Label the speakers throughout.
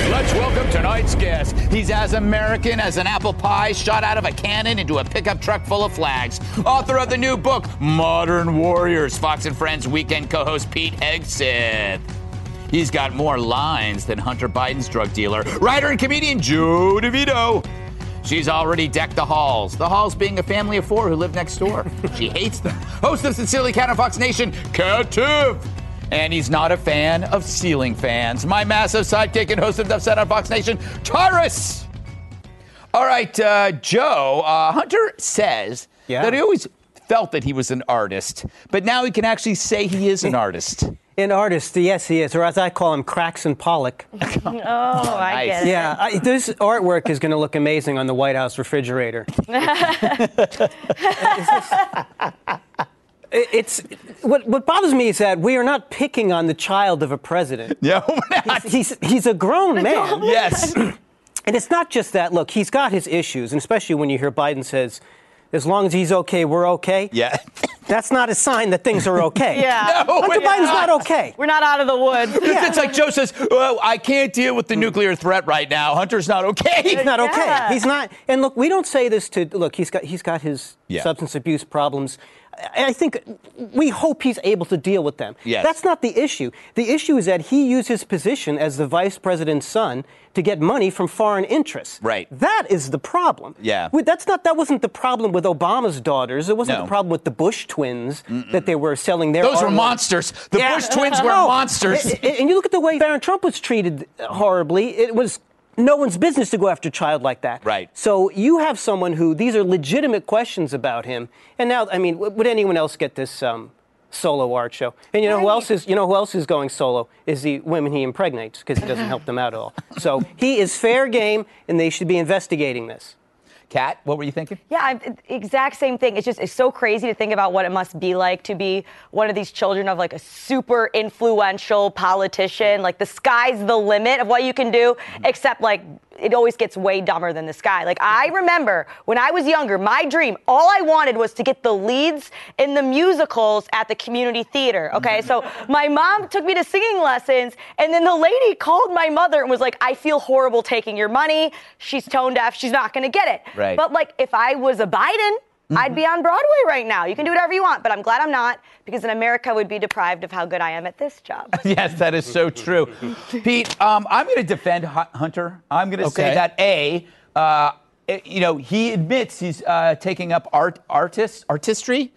Speaker 1: Let's welcome tonight's guest. He's as American as an apple pie shot out of a cannon into a pickup truck full of flags. Author of the new book, Modern Warriors, Fox and Friends weekend co host Pete Hegseth. He's got more lines than Hunter Biden's drug dealer, writer and comedian Joe DeVito. She's already decked the halls, the halls being a family of four who live next door. She hates them. Host of Sincerely Cat on Fox Nation, Cat Tiff. And he's not a fan of ceiling fans. My massive sidekick and host of Duff Set on Fox Nation, Taurus. All right, uh, Joe, uh, Hunter says
Speaker 2: Yeah.
Speaker 1: that he always felt that he was an artist, but now he can actually say he is an artist.
Speaker 2: An artist, yes, he is, or as I call him, Craxon Pollock.
Speaker 3: Oh,
Speaker 1: nice.
Speaker 3: I get it.
Speaker 2: Yeah, I, this artwork is going to look amazing on the White House refrigerator. It- it's what, what bothers me is that we are not picking on the child of a president.
Speaker 1: No, we're not.
Speaker 2: He's he's a grown man.
Speaker 1: yes.
Speaker 2: And it's not just that. Look, he's got his issues, and especially when you hear Biden says, "As long as he's okay, we're okay."
Speaker 1: Yeah.
Speaker 2: That's not a sign that things are okay.
Speaker 3: Yeah.
Speaker 1: No,
Speaker 2: Uh, Hunter
Speaker 1: we're
Speaker 2: Biden's not okay.
Speaker 3: We're not out of the woods.
Speaker 1: It's like Joe says, well, I can't deal with the nuclear threat right now. Hunter's not okay.
Speaker 2: Mm. He's not okay.
Speaker 3: Yeah.
Speaker 2: He's not. And look, we don't say this to look. He's got he's got his
Speaker 1: Yeah.
Speaker 2: substance abuse problems. I I think we hope he's able to deal with them.
Speaker 1: Yes.
Speaker 2: That's not the issue. The issue is that he used his position as the vice president's son to get money from foreign interests.
Speaker 1: Right.
Speaker 2: That is the problem.
Speaker 1: Yeah.
Speaker 2: We- That's not. That wasn't the problem with Obama's daughters. It wasn't
Speaker 1: No.
Speaker 2: the problem with the Bush twins that they were selling their.
Speaker 1: Those were
Speaker 2: artwork.
Speaker 1: monsters. The
Speaker 2: Yeah.
Speaker 1: Bush twins were
Speaker 2: No.
Speaker 1: monsters.
Speaker 2: A- a- And you look at the way Barron Trump was treated horribly. It was no one's business to go after a child like that.
Speaker 1: Right.
Speaker 2: So you have someone who these are legitimate questions about him. And now, I mean, w- would anyone else get this um, solo art show? And you know who else is? You know who else is going solo? Is the women he impregnates because he doesn't help them out at all. So he is fair game, and they should be investigating this.
Speaker 1: Kat, what were you thinking?
Speaker 3: Yeah, I'm, exact same thing. It's just it's so crazy to think about what it must be like to be one of these children of like a super influential politician. Like the sky's the limit of what you can do, except like it always gets way dumber than the sky. Like I remember when I was younger, my dream, all I wanted was to get the leads in the musicals at the community theater. Okay, so my mom took me to singing lessons, and then the lady called my mother and was like, "I feel horrible taking your money. She's tone deaf. She's not going to get it."
Speaker 1: Right.
Speaker 3: But like if I was a Biden, I'd
Speaker 1: Mm-hmm.
Speaker 3: be on Broadway right now. You can do whatever you want, but I'm glad I'm not because in America I would be deprived of how good I am at this job.
Speaker 1: Yes, that is so true. Pete, um, I'm going to defend Hu- Hunter. I'm going to say
Speaker 2: Okay.
Speaker 1: that A, uh, it- you know, he admits he's uh, taking up art, artist, artistry,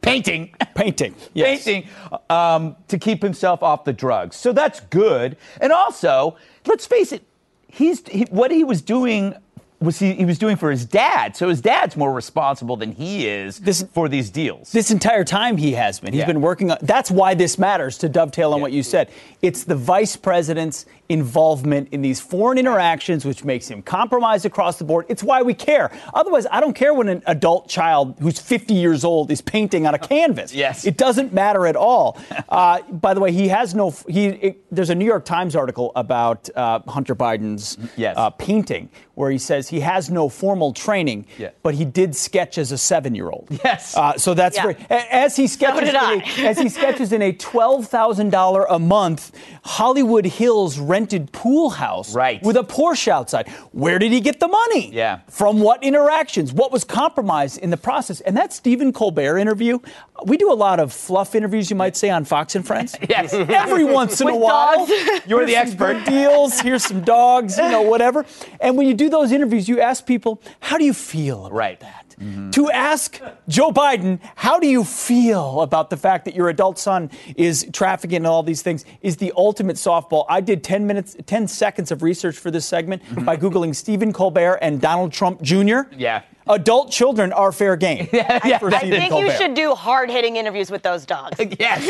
Speaker 1: painting,
Speaker 4: Painting. Yes.
Speaker 1: painting um, to keep himself off the drugs. So that's good. And also, let's face it, he's he, what he was doing was he, he was doing for his dad. So his dad's more responsible than he is
Speaker 4: This-
Speaker 1: for these deals.
Speaker 4: This entire time he has been. He's
Speaker 1: Yeah.
Speaker 4: been working on that's why this matters to dovetail on
Speaker 1: Yeah.
Speaker 4: what you said. It's the vice president's involvement in these foreign interactions which makes him compromised across the board. It's why we care. Otherwise, I don't care when an adult child who's 50 years old is painting on a canvas.
Speaker 1: Yes.
Speaker 4: It doesn't matter at all. Uh, by the way, he has no he it- there's a New York Times article about uh, Hunter Biden's
Speaker 1: Mm-hmm. Yes.
Speaker 4: uh, painting where he says he has no formal training,
Speaker 1: Yeah.
Speaker 4: but he did sketch as a 7-year-old.
Speaker 1: Yes.
Speaker 4: Uh, so that's
Speaker 3: Yeah.
Speaker 4: very, a- as he sketches
Speaker 3: did
Speaker 4: in
Speaker 3: I.
Speaker 4: a, as he sketches in a twelve thousand dollar a month Hollywood Hills rented pool house,
Speaker 1: Right.
Speaker 4: with a Porsche outside. Where did he get the money?
Speaker 1: Yeah.
Speaker 4: From what interactions? What was compromised in the process? And that Stephen Colbert interview, we do a lot of fluff interviews, you might say, on Fox and Friends.
Speaker 1: Yes.
Speaker 4: Every once in a
Speaker 3: With
Speaker 4: while,
Speaker 3: dogs.
Speaker 1: You're the
Speaker 4: here's some
Speaker 1: expert.
Speaker 4: good Deals. Here's some dogs. You know, whatever. And when you do those interviews, you ask people, "How do you feel about
Speaker 1: Right.
Speaker 4: that?"
Speaker 1: Mm-hmm.
Speaker 4: To ask Joe Biden, "How do you feel about the fact that your adult son is trafficking and all these things?" is the ultimate softball. I did 10 minutes, 10 seconds of research for this segment by googling Stephen Colbert and Donald Trump Jr.
Speaker 1: Mm-hmm. Yeah.
Speaker 4: adult children are fair game. for
Speaker 3: I
Speaker 4: Stephen
Speaker 3: think you
Speaker 4: Colbert.
Speaker 3: should do hard hitting interviews with those dogs.
Speaker 1: Yes.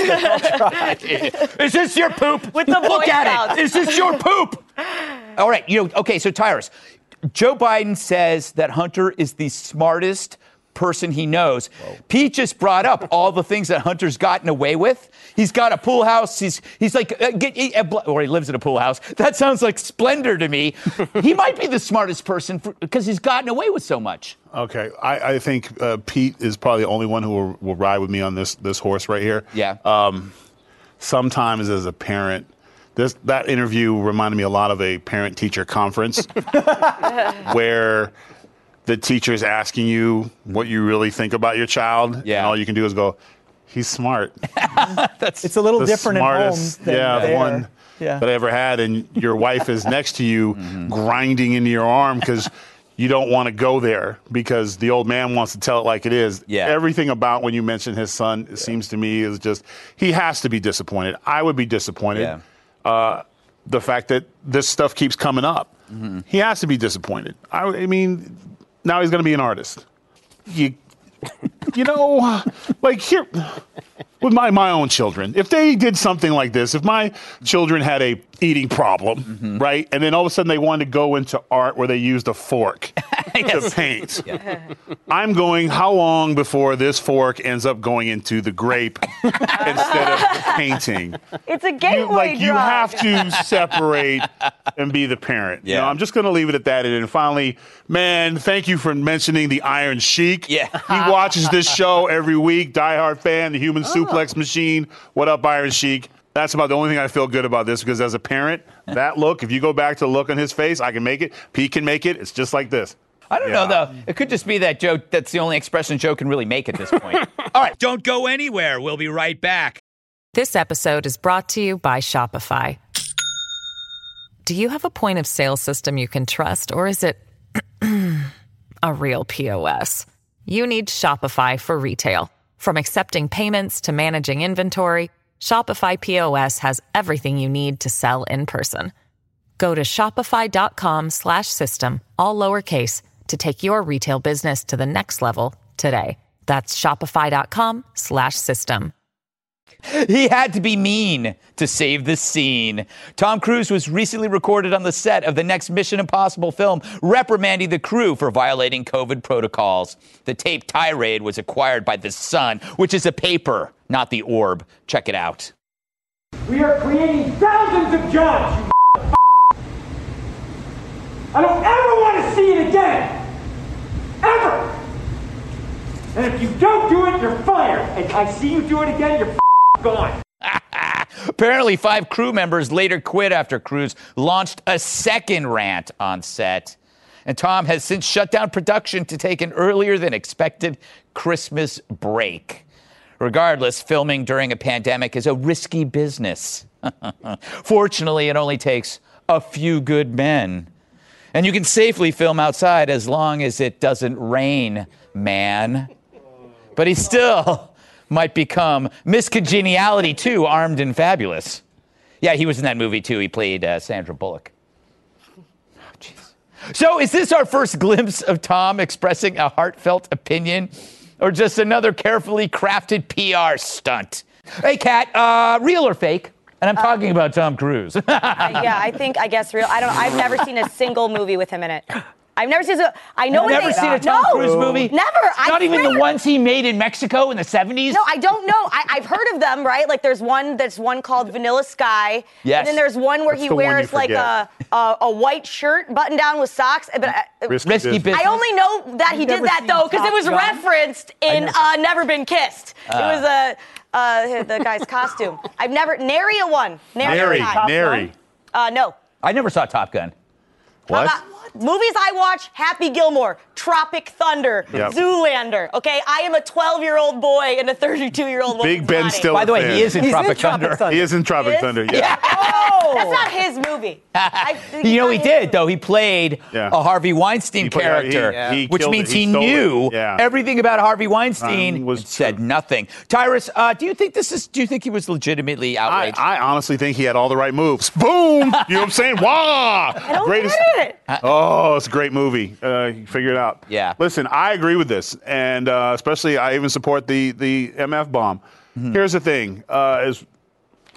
Speaker 1: Is this your poop?
Speaker 3: With the
Speaker 1: Look
Speaker 3: Boy
Speaker 1: at
Speaker 3: Scouts.
Speaker 1: it. Is this your poop? All right. You know, okay, so Tyrus, Joe Biden says that Hunter is the smartest person he knows. Pete just brought up all the things that Hunter's gotten away with. He's got a pool house. He's he's like uh, get, he- uh, bl- or he lives in a pool house. That sounds like splendor to me. he might be the smartest person because he's gotten away with so much.
Speaker 5: Okay, I, I think uh, Pete is probably the only one who will, will ride with me on this this horse right here.
Speaker 1: Yeah.
Speaker 5: Um, sometimes as a parent, this that interview reminded me a lot of a parent teacher conference, where the teacher is asking you what you really think about your child,
Speaker 1: Yeah.
Speaker 5: and all you can do is go, "He's smart."
Speaker 4: It's a little
Speaker 5: the
Speaker 4: different
Speaker 5: smartest,
Speaker 4: at home. Than
Speaker 5: yeah,
Speaker 4: there.
Speaker 5: one
Speaker 4: Yeah. Mm-hmm.
Speaker 5: that I ever had, and your wife is next to you, grinding into your arm because you don't want to go there because the old man wants to tell it like it is.
Speaker 1: Yeah.
Speaker 5: everything about when you mention his son it seems to me is just he has to be disappointed. I would be disappointed.
Speaker 1: Yeah.
Speaker 5: Uh, the fact that this stuff keeps coming up, he has to be disappointed. I, I mean, now he's going to be an artist. You, you know, like here with my my own children. If they did something like this, if my children had a eating problem, right, and then all of a sudden they wanted to go into art where they used a fork to paint, I'm going. How long before this fork ends up going into the grape instead of painting?
Speaker 3: It's a
Speaker 5: You,
Speaker 3: gateway
Speaker 5: like you
Speaker 3: drug.
Speaker 5: have to separate and be the parent. You know,
Speaker 1: Yeah.
Speaker 5: I'm just going to leave it at that. And then finally, man, thank you for mentioning the Iron Sheik.
Speaker 1: Yeah.
Speaker 5: he watches this show every week. Diehard fan, the
Speaker 3: Oh.
Speaker 5: Human Suplex Machine. What up, Iron Sheik? That's about the only thing I feel good about this because as a parent, that look, if you go back to the look on his face, I can make it. Pete can make it. It's just like this.
Speaker 1: I don't know
Speaker 5: Yeah.
Speaker 1: though. It could just be that Joe. That's the only expression Joe can really make at this point. All right, don't go anywhere. We'll be right back.
Speaker 6: This episode is brought to you by Shopify. Do you have a point of sale system you can trust, or is it a real POS? You need Shopify for retail. From accepting payments to managing inventory, Shopify POS has everything you need to sell in person. Go to shopify.com slash system, all lowercase, to take your retail business to the next level today. That's shopify.com slash system.
Speaker 1: He had to be mean to save this scene. Tom Cruise was recently recorded on the set of the next Mission Impossible film, reprimanding the crew for violating COVID protocols. The tape tirade was acquired by The Sun, which is a paper, not the orb. Check it out.
Speaker 7: We are creating thousands of jobs, you I don't ever want to see it again. Ever. And if you don't do it, you're fired. And I see you do it again, you're gone.
Speaker 1: Apparently, five crew members later quit after Cruz launched a second rant on set. And Tom has since shut down production to take an earlier than expected Christmas break. Regardless, filming during a pandemic is a risky business. Fortunately, it only takes a few good men. And you can safely film outside as long as it doesn't rain, man but he still might become Miss Congeniality too, armed and fabulous. Yeah, he was in that movie too. He played uh, Sandra Bullock. Oh, jeez. so, is this our first glimpse of Tom expressing a heartfelt opinion, or just another carefully crafted PR stunt? Hey, Kat, uh, real or fake? And I'm talking about Tom Cruise.
Speaker 3: yeah, I think I guess real. I don't. I've never seen a single movie with him in it. I've never seen. A, I
Speaker 1: I've
Speaker 3: know. what
Speaker 1: never
Speaker 3: they-
Speaker 1: seen a Tom
Speaker 3: no,
Speaker 1: Cruise movie.
Speaker 3: Never. I
Speaker 1: Not even the
Speaker 3: swear.
Speaker 1: ones he made in Mexico in the 70s.
Speaker 3: No, I don't know. I, I've heard of them, right? Like there's one that's one called Vanilla Sky.
Speaker 1: Yes.
Speaker 3: And then there's one where
Speaker 5: That's
Speaker 3: he
Speaker 5: the one you
Speaker 3: wears like a,
Speaker 5: forget.
Speaker 3: a a white shirt buttoned down with socks. But I,
Speaker 1: Risky business.
Speaker 3: I only know that he
Speaker 4: You've
Speaker 3: did
Speaker 4: never
Speaker 3: that
Speaker 4: seen
Speaker 3: though because it
Speaker 4: Top
Speaker 3: was
Speaker 4: Gun?
Speaker 3: referenced in
Speaker 4: never-
Speaker 3: uh, Never Been Kissed.
Speaker 5: Ah.
Speaker 3: it was uh, uh, the guy's costume. I've never nary a one. Nary,
Speaker 5: Nary,
Speaker 3: a one.
Speaker 5: nary.
Speaker 3: Uh, no.
Speaker 1: I never saw Top Gun.
Speaker 5: What?
Speaker 3: How about- Movies I watch: Happy Gilmore, Tropic Thunder,
Speaker 5: Yep.
Speaker 3: Zoolander. Okay, I am a 12-year-old boy and a 32-year-old woman.
Speaker 5: Big Ben still.
Speaker 1: By the way,
Speaker 5: a
Speaker 1: he is in
Speaker 4: He's
Speaker 1: Tropic
Speaker 4: in Tropic
Speaker 1: Thunder.
Speaker 4: Thunder.
Speaker 5: He is in Tropic
Speaker 3: He is?
Speaker 5: Thunder. Yeah.
Speaker 3: Oh, that's not his movie. I-
Speaker 1: You know, he
Speaker 3: it's not his-
Speaker 1: did, though. He played
Speaker 5: Yeah.
Speaker 1: a Harvey Weinstein
Speaker 5: He played-
Speaker 1: character,
Speaker 5: he- yeah. he
Speaker 1: which
Speaker 5: killed
Speaker 1: means
Speaker 5: it.
Speaker 1: he,
Speaker 5: He stole
Speaker 1: knew
Speaker 5: it. Yeah.
Speaker 1: everything about Harvey Weinstein
Speaker 5: Um, was
Speaker 1: and said
Speaker 5: true.
Speaker 1: nothing. Tyrus, uh, do you think this is? Do you think he was legitimately
Speaker 5: I,
Speaker 1: outraged?
Speaker 5: I honestly think he had all the right moves. Boom! You know what I'm saying? Wah!
Speaker 3: I don't
Speaker 5: Greatest.
Speaker 3: get it.
Speaker 5: Oh, Oh, it's a great movie. Uh, you figure it out.
Speaker 1: Yeah.
Speaker 5: Listen, I agree with this, and uh, especially I even support the the MF bomb.
Speaker 1: Mm-hmm.
Speaker 5: Here's the thing: uh, is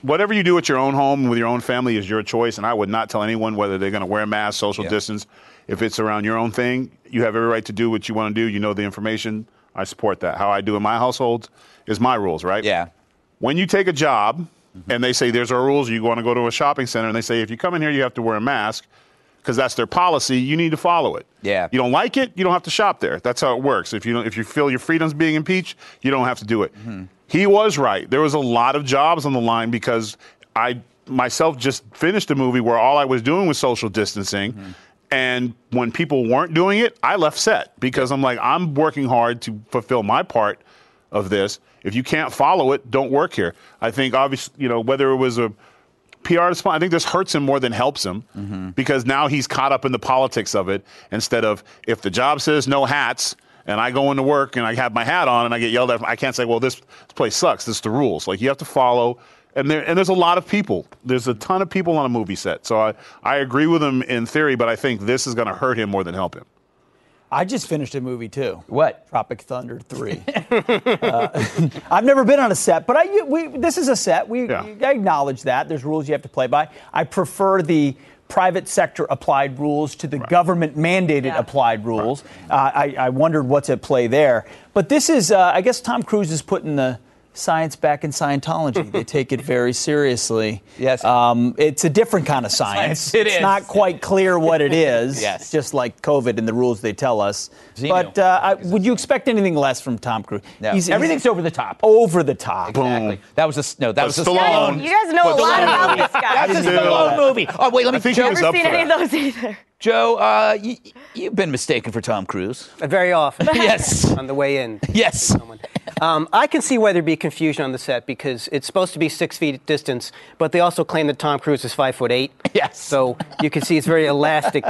Speaker 5: whatever you do at your own home with your own family is your choice, and I would not tell anyone whether they're going to wear masks, social
Speaker 1: Yeah.
Speaker 5: distance. If it's around your own thing, you have every right to do what you want to do. You know the information. I support that. How I do in my household is my rules, right?
Speaker 1: Yeah.
Speaker 5: When you take a job and they say there's our rules, you want to go to a shopping center and they say if you come in here you have to wear a mask because that's their policy, you need to follow it.
Speaker 1: Yeah.
Speaker 5: You don't like it, you don't have to shop there. That's how it works. If you don't, if you feel your freedom's being impeached, you don't have to do it. He was right. There was a lot of jobs on the line because I myself just finished a movie where all I was doing was social distancing. And when people weren't doing it, I left set because I'm like, I'm working hard to fulfill my part of this. If you can't follow it, don't work here. I think obviously, you know, whether it was a PR response, I think this hurts him more than helps him because now he's caught up in the politics of it instead of if the job says no hats and I go into work and I have my hat on and I get yelled at, I can't say, well, this, this place sucks. This is the rules. Like you have to follow. And, there, and there's a lot of people. There's a ton of people on a movie set. So I, I agree with him in theory, but I think this is going to hurt him more than help him.
Speaker 4: I just finished a movie too.
Speaker 1: What?
Speaker 4: Tropic Thunder Three. Uh, I've never been on a set, but I we, this is a set. We
Speaker 5: Yeah.
Speaker 4: I acknowledge that there's rules you have to play by. I prefer the private sector applied rules to the government mandated
Speaker 3: Yeah.
Speaker 4: applied rules. Uh, I, I wondered what's at play there, but this is uh, I guess Tom Cruise is putting the science back in Scientology. they take it very seriously.
Speaker 1: Yes.
Speaker 4: um, it's a different kind of science.
Speaker 1: It
Speaker 4: it's
Speaker 1: is.
Speaker 4: not quite clear what it is.
Speaker 1: Yes.
Speaker 4: just like COVID and the rules they tell us.
Speaker 1: Zeno.
Speaker 4: But uh, I, would you expect anything less from Tom Cruise?
Speaker 1: No. Everything's over the top.
Speaker 4: Over the top.
Speaker 1: Exactly. That was a s- no. That
Speaker 5: A
Speaker 1: was a
Speaker 5: Stallone.
Speaker 3: You guys know a
Speaker 1: But
Speaker 3: lot
Speaker 1: Stallone-
Speaker 3: about this guy.
Speaker 1: That's a
Speaker 5: didn't know
Speaker 1: Stallone
Speaker 5: that.
Speaker 1: movie. Oh wait, let me.
Speaker 5: I think he
Speaker 1: Joe,
Speaker 5: was
Speaker 3: Never
Speaker 5: up
Speaker 3: seen
Speaker 5: for
Speaker 3: any of
Speaker 5: that.
Speaker 3: those either.
Speaker 1: Joe uh, you, you've been mistaken for Tom Cruise.
Speaker 2: uh, Very often.
Speaker 1: Yes.
Speaker 2: On the way in.
Speaker 1: Yes.
Speaker 2: Um, I can see why there'd be confusion on the set because it's supposed to be six feet distance, but they also claim that Tom Cruise is five foot eight.
Speaker 1: Yes.
Speaker 2: So you can see it's very elastic.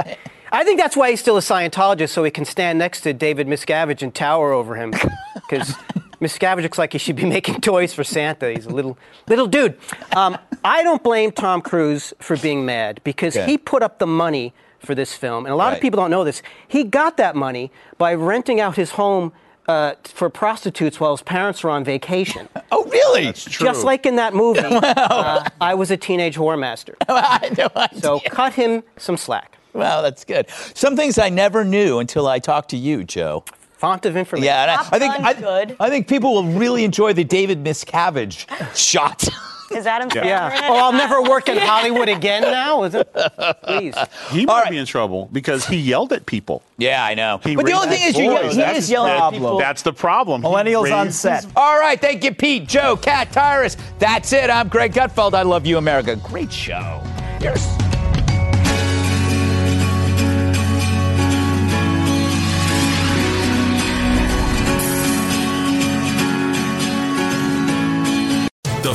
Speaker 2: I think that's why he's still a Scientologist, so he can stand next to David Miscavige and tower over him. Because Miscavige looks like he should be making toys for Santa. He's a little little dude. Um, I don't blame Tom Cruise for being mad because
Speaker 1: Okay.
Speaker 2: he put up the money for this film, and a lot
Speaker 1: Right.
Speaker 2: of people don't know this. He got that money by renting out his home uh, for prostitutes while his parents were on vacation.
Speaker 1: Oh really?
Speaker 2: Just like in that movie, uh, I was a teenage whore master.
Speaker 1: I know. I
Speaker 2: So cut him some slack.
Speaker 1: Wow, that's good. Some things I never knew until I talked to you, Joe.
Speaker 2: Font of information.
Speaker 1: Yeah, and I,
Speaker 3: Top
Speaker 1: I think
Speaker 3: Gun,
Speaker 1: I,
Speaker 3: good.
Speaker 1: I think people will really enjoy the David Miscavige shot.
Speaker 3: Is Adam Sandler in
Speaker 2: Yeah.
Speaker 3: it?
Speaker 2: Oh, I'll never work in Hollywood again now? Is it? Please.
Speaker 5: He might
Speaker 1: right.
Speaker 5: be in trouble because he yelled at people.
Speaker 1: yeah, I know.
Speaker 5: He
Speaker 1: but the
Speaker 5: raised
Speaker 1: only thing
Speaker 5: his
Speaker 1: is, you,
Speaker 5: voice.
Speaker 1: he
Speaker 5: That's
Speaker 1: is
Speaker 5: his
Speaker 1: yelling at
Speaker 4: problem.
Speaker 1: people.
Speaker 5: That's the problem. He
Speaker 4: Millennials on
Speaker 5: raised
Speaker 4: set.
Speaker 1: All right, thank you, Pete, Joe, Kat, Tyrus. That's it. I'm Greg Gutfeld. I love you, America. Great show. Yes.
Speaker 8: The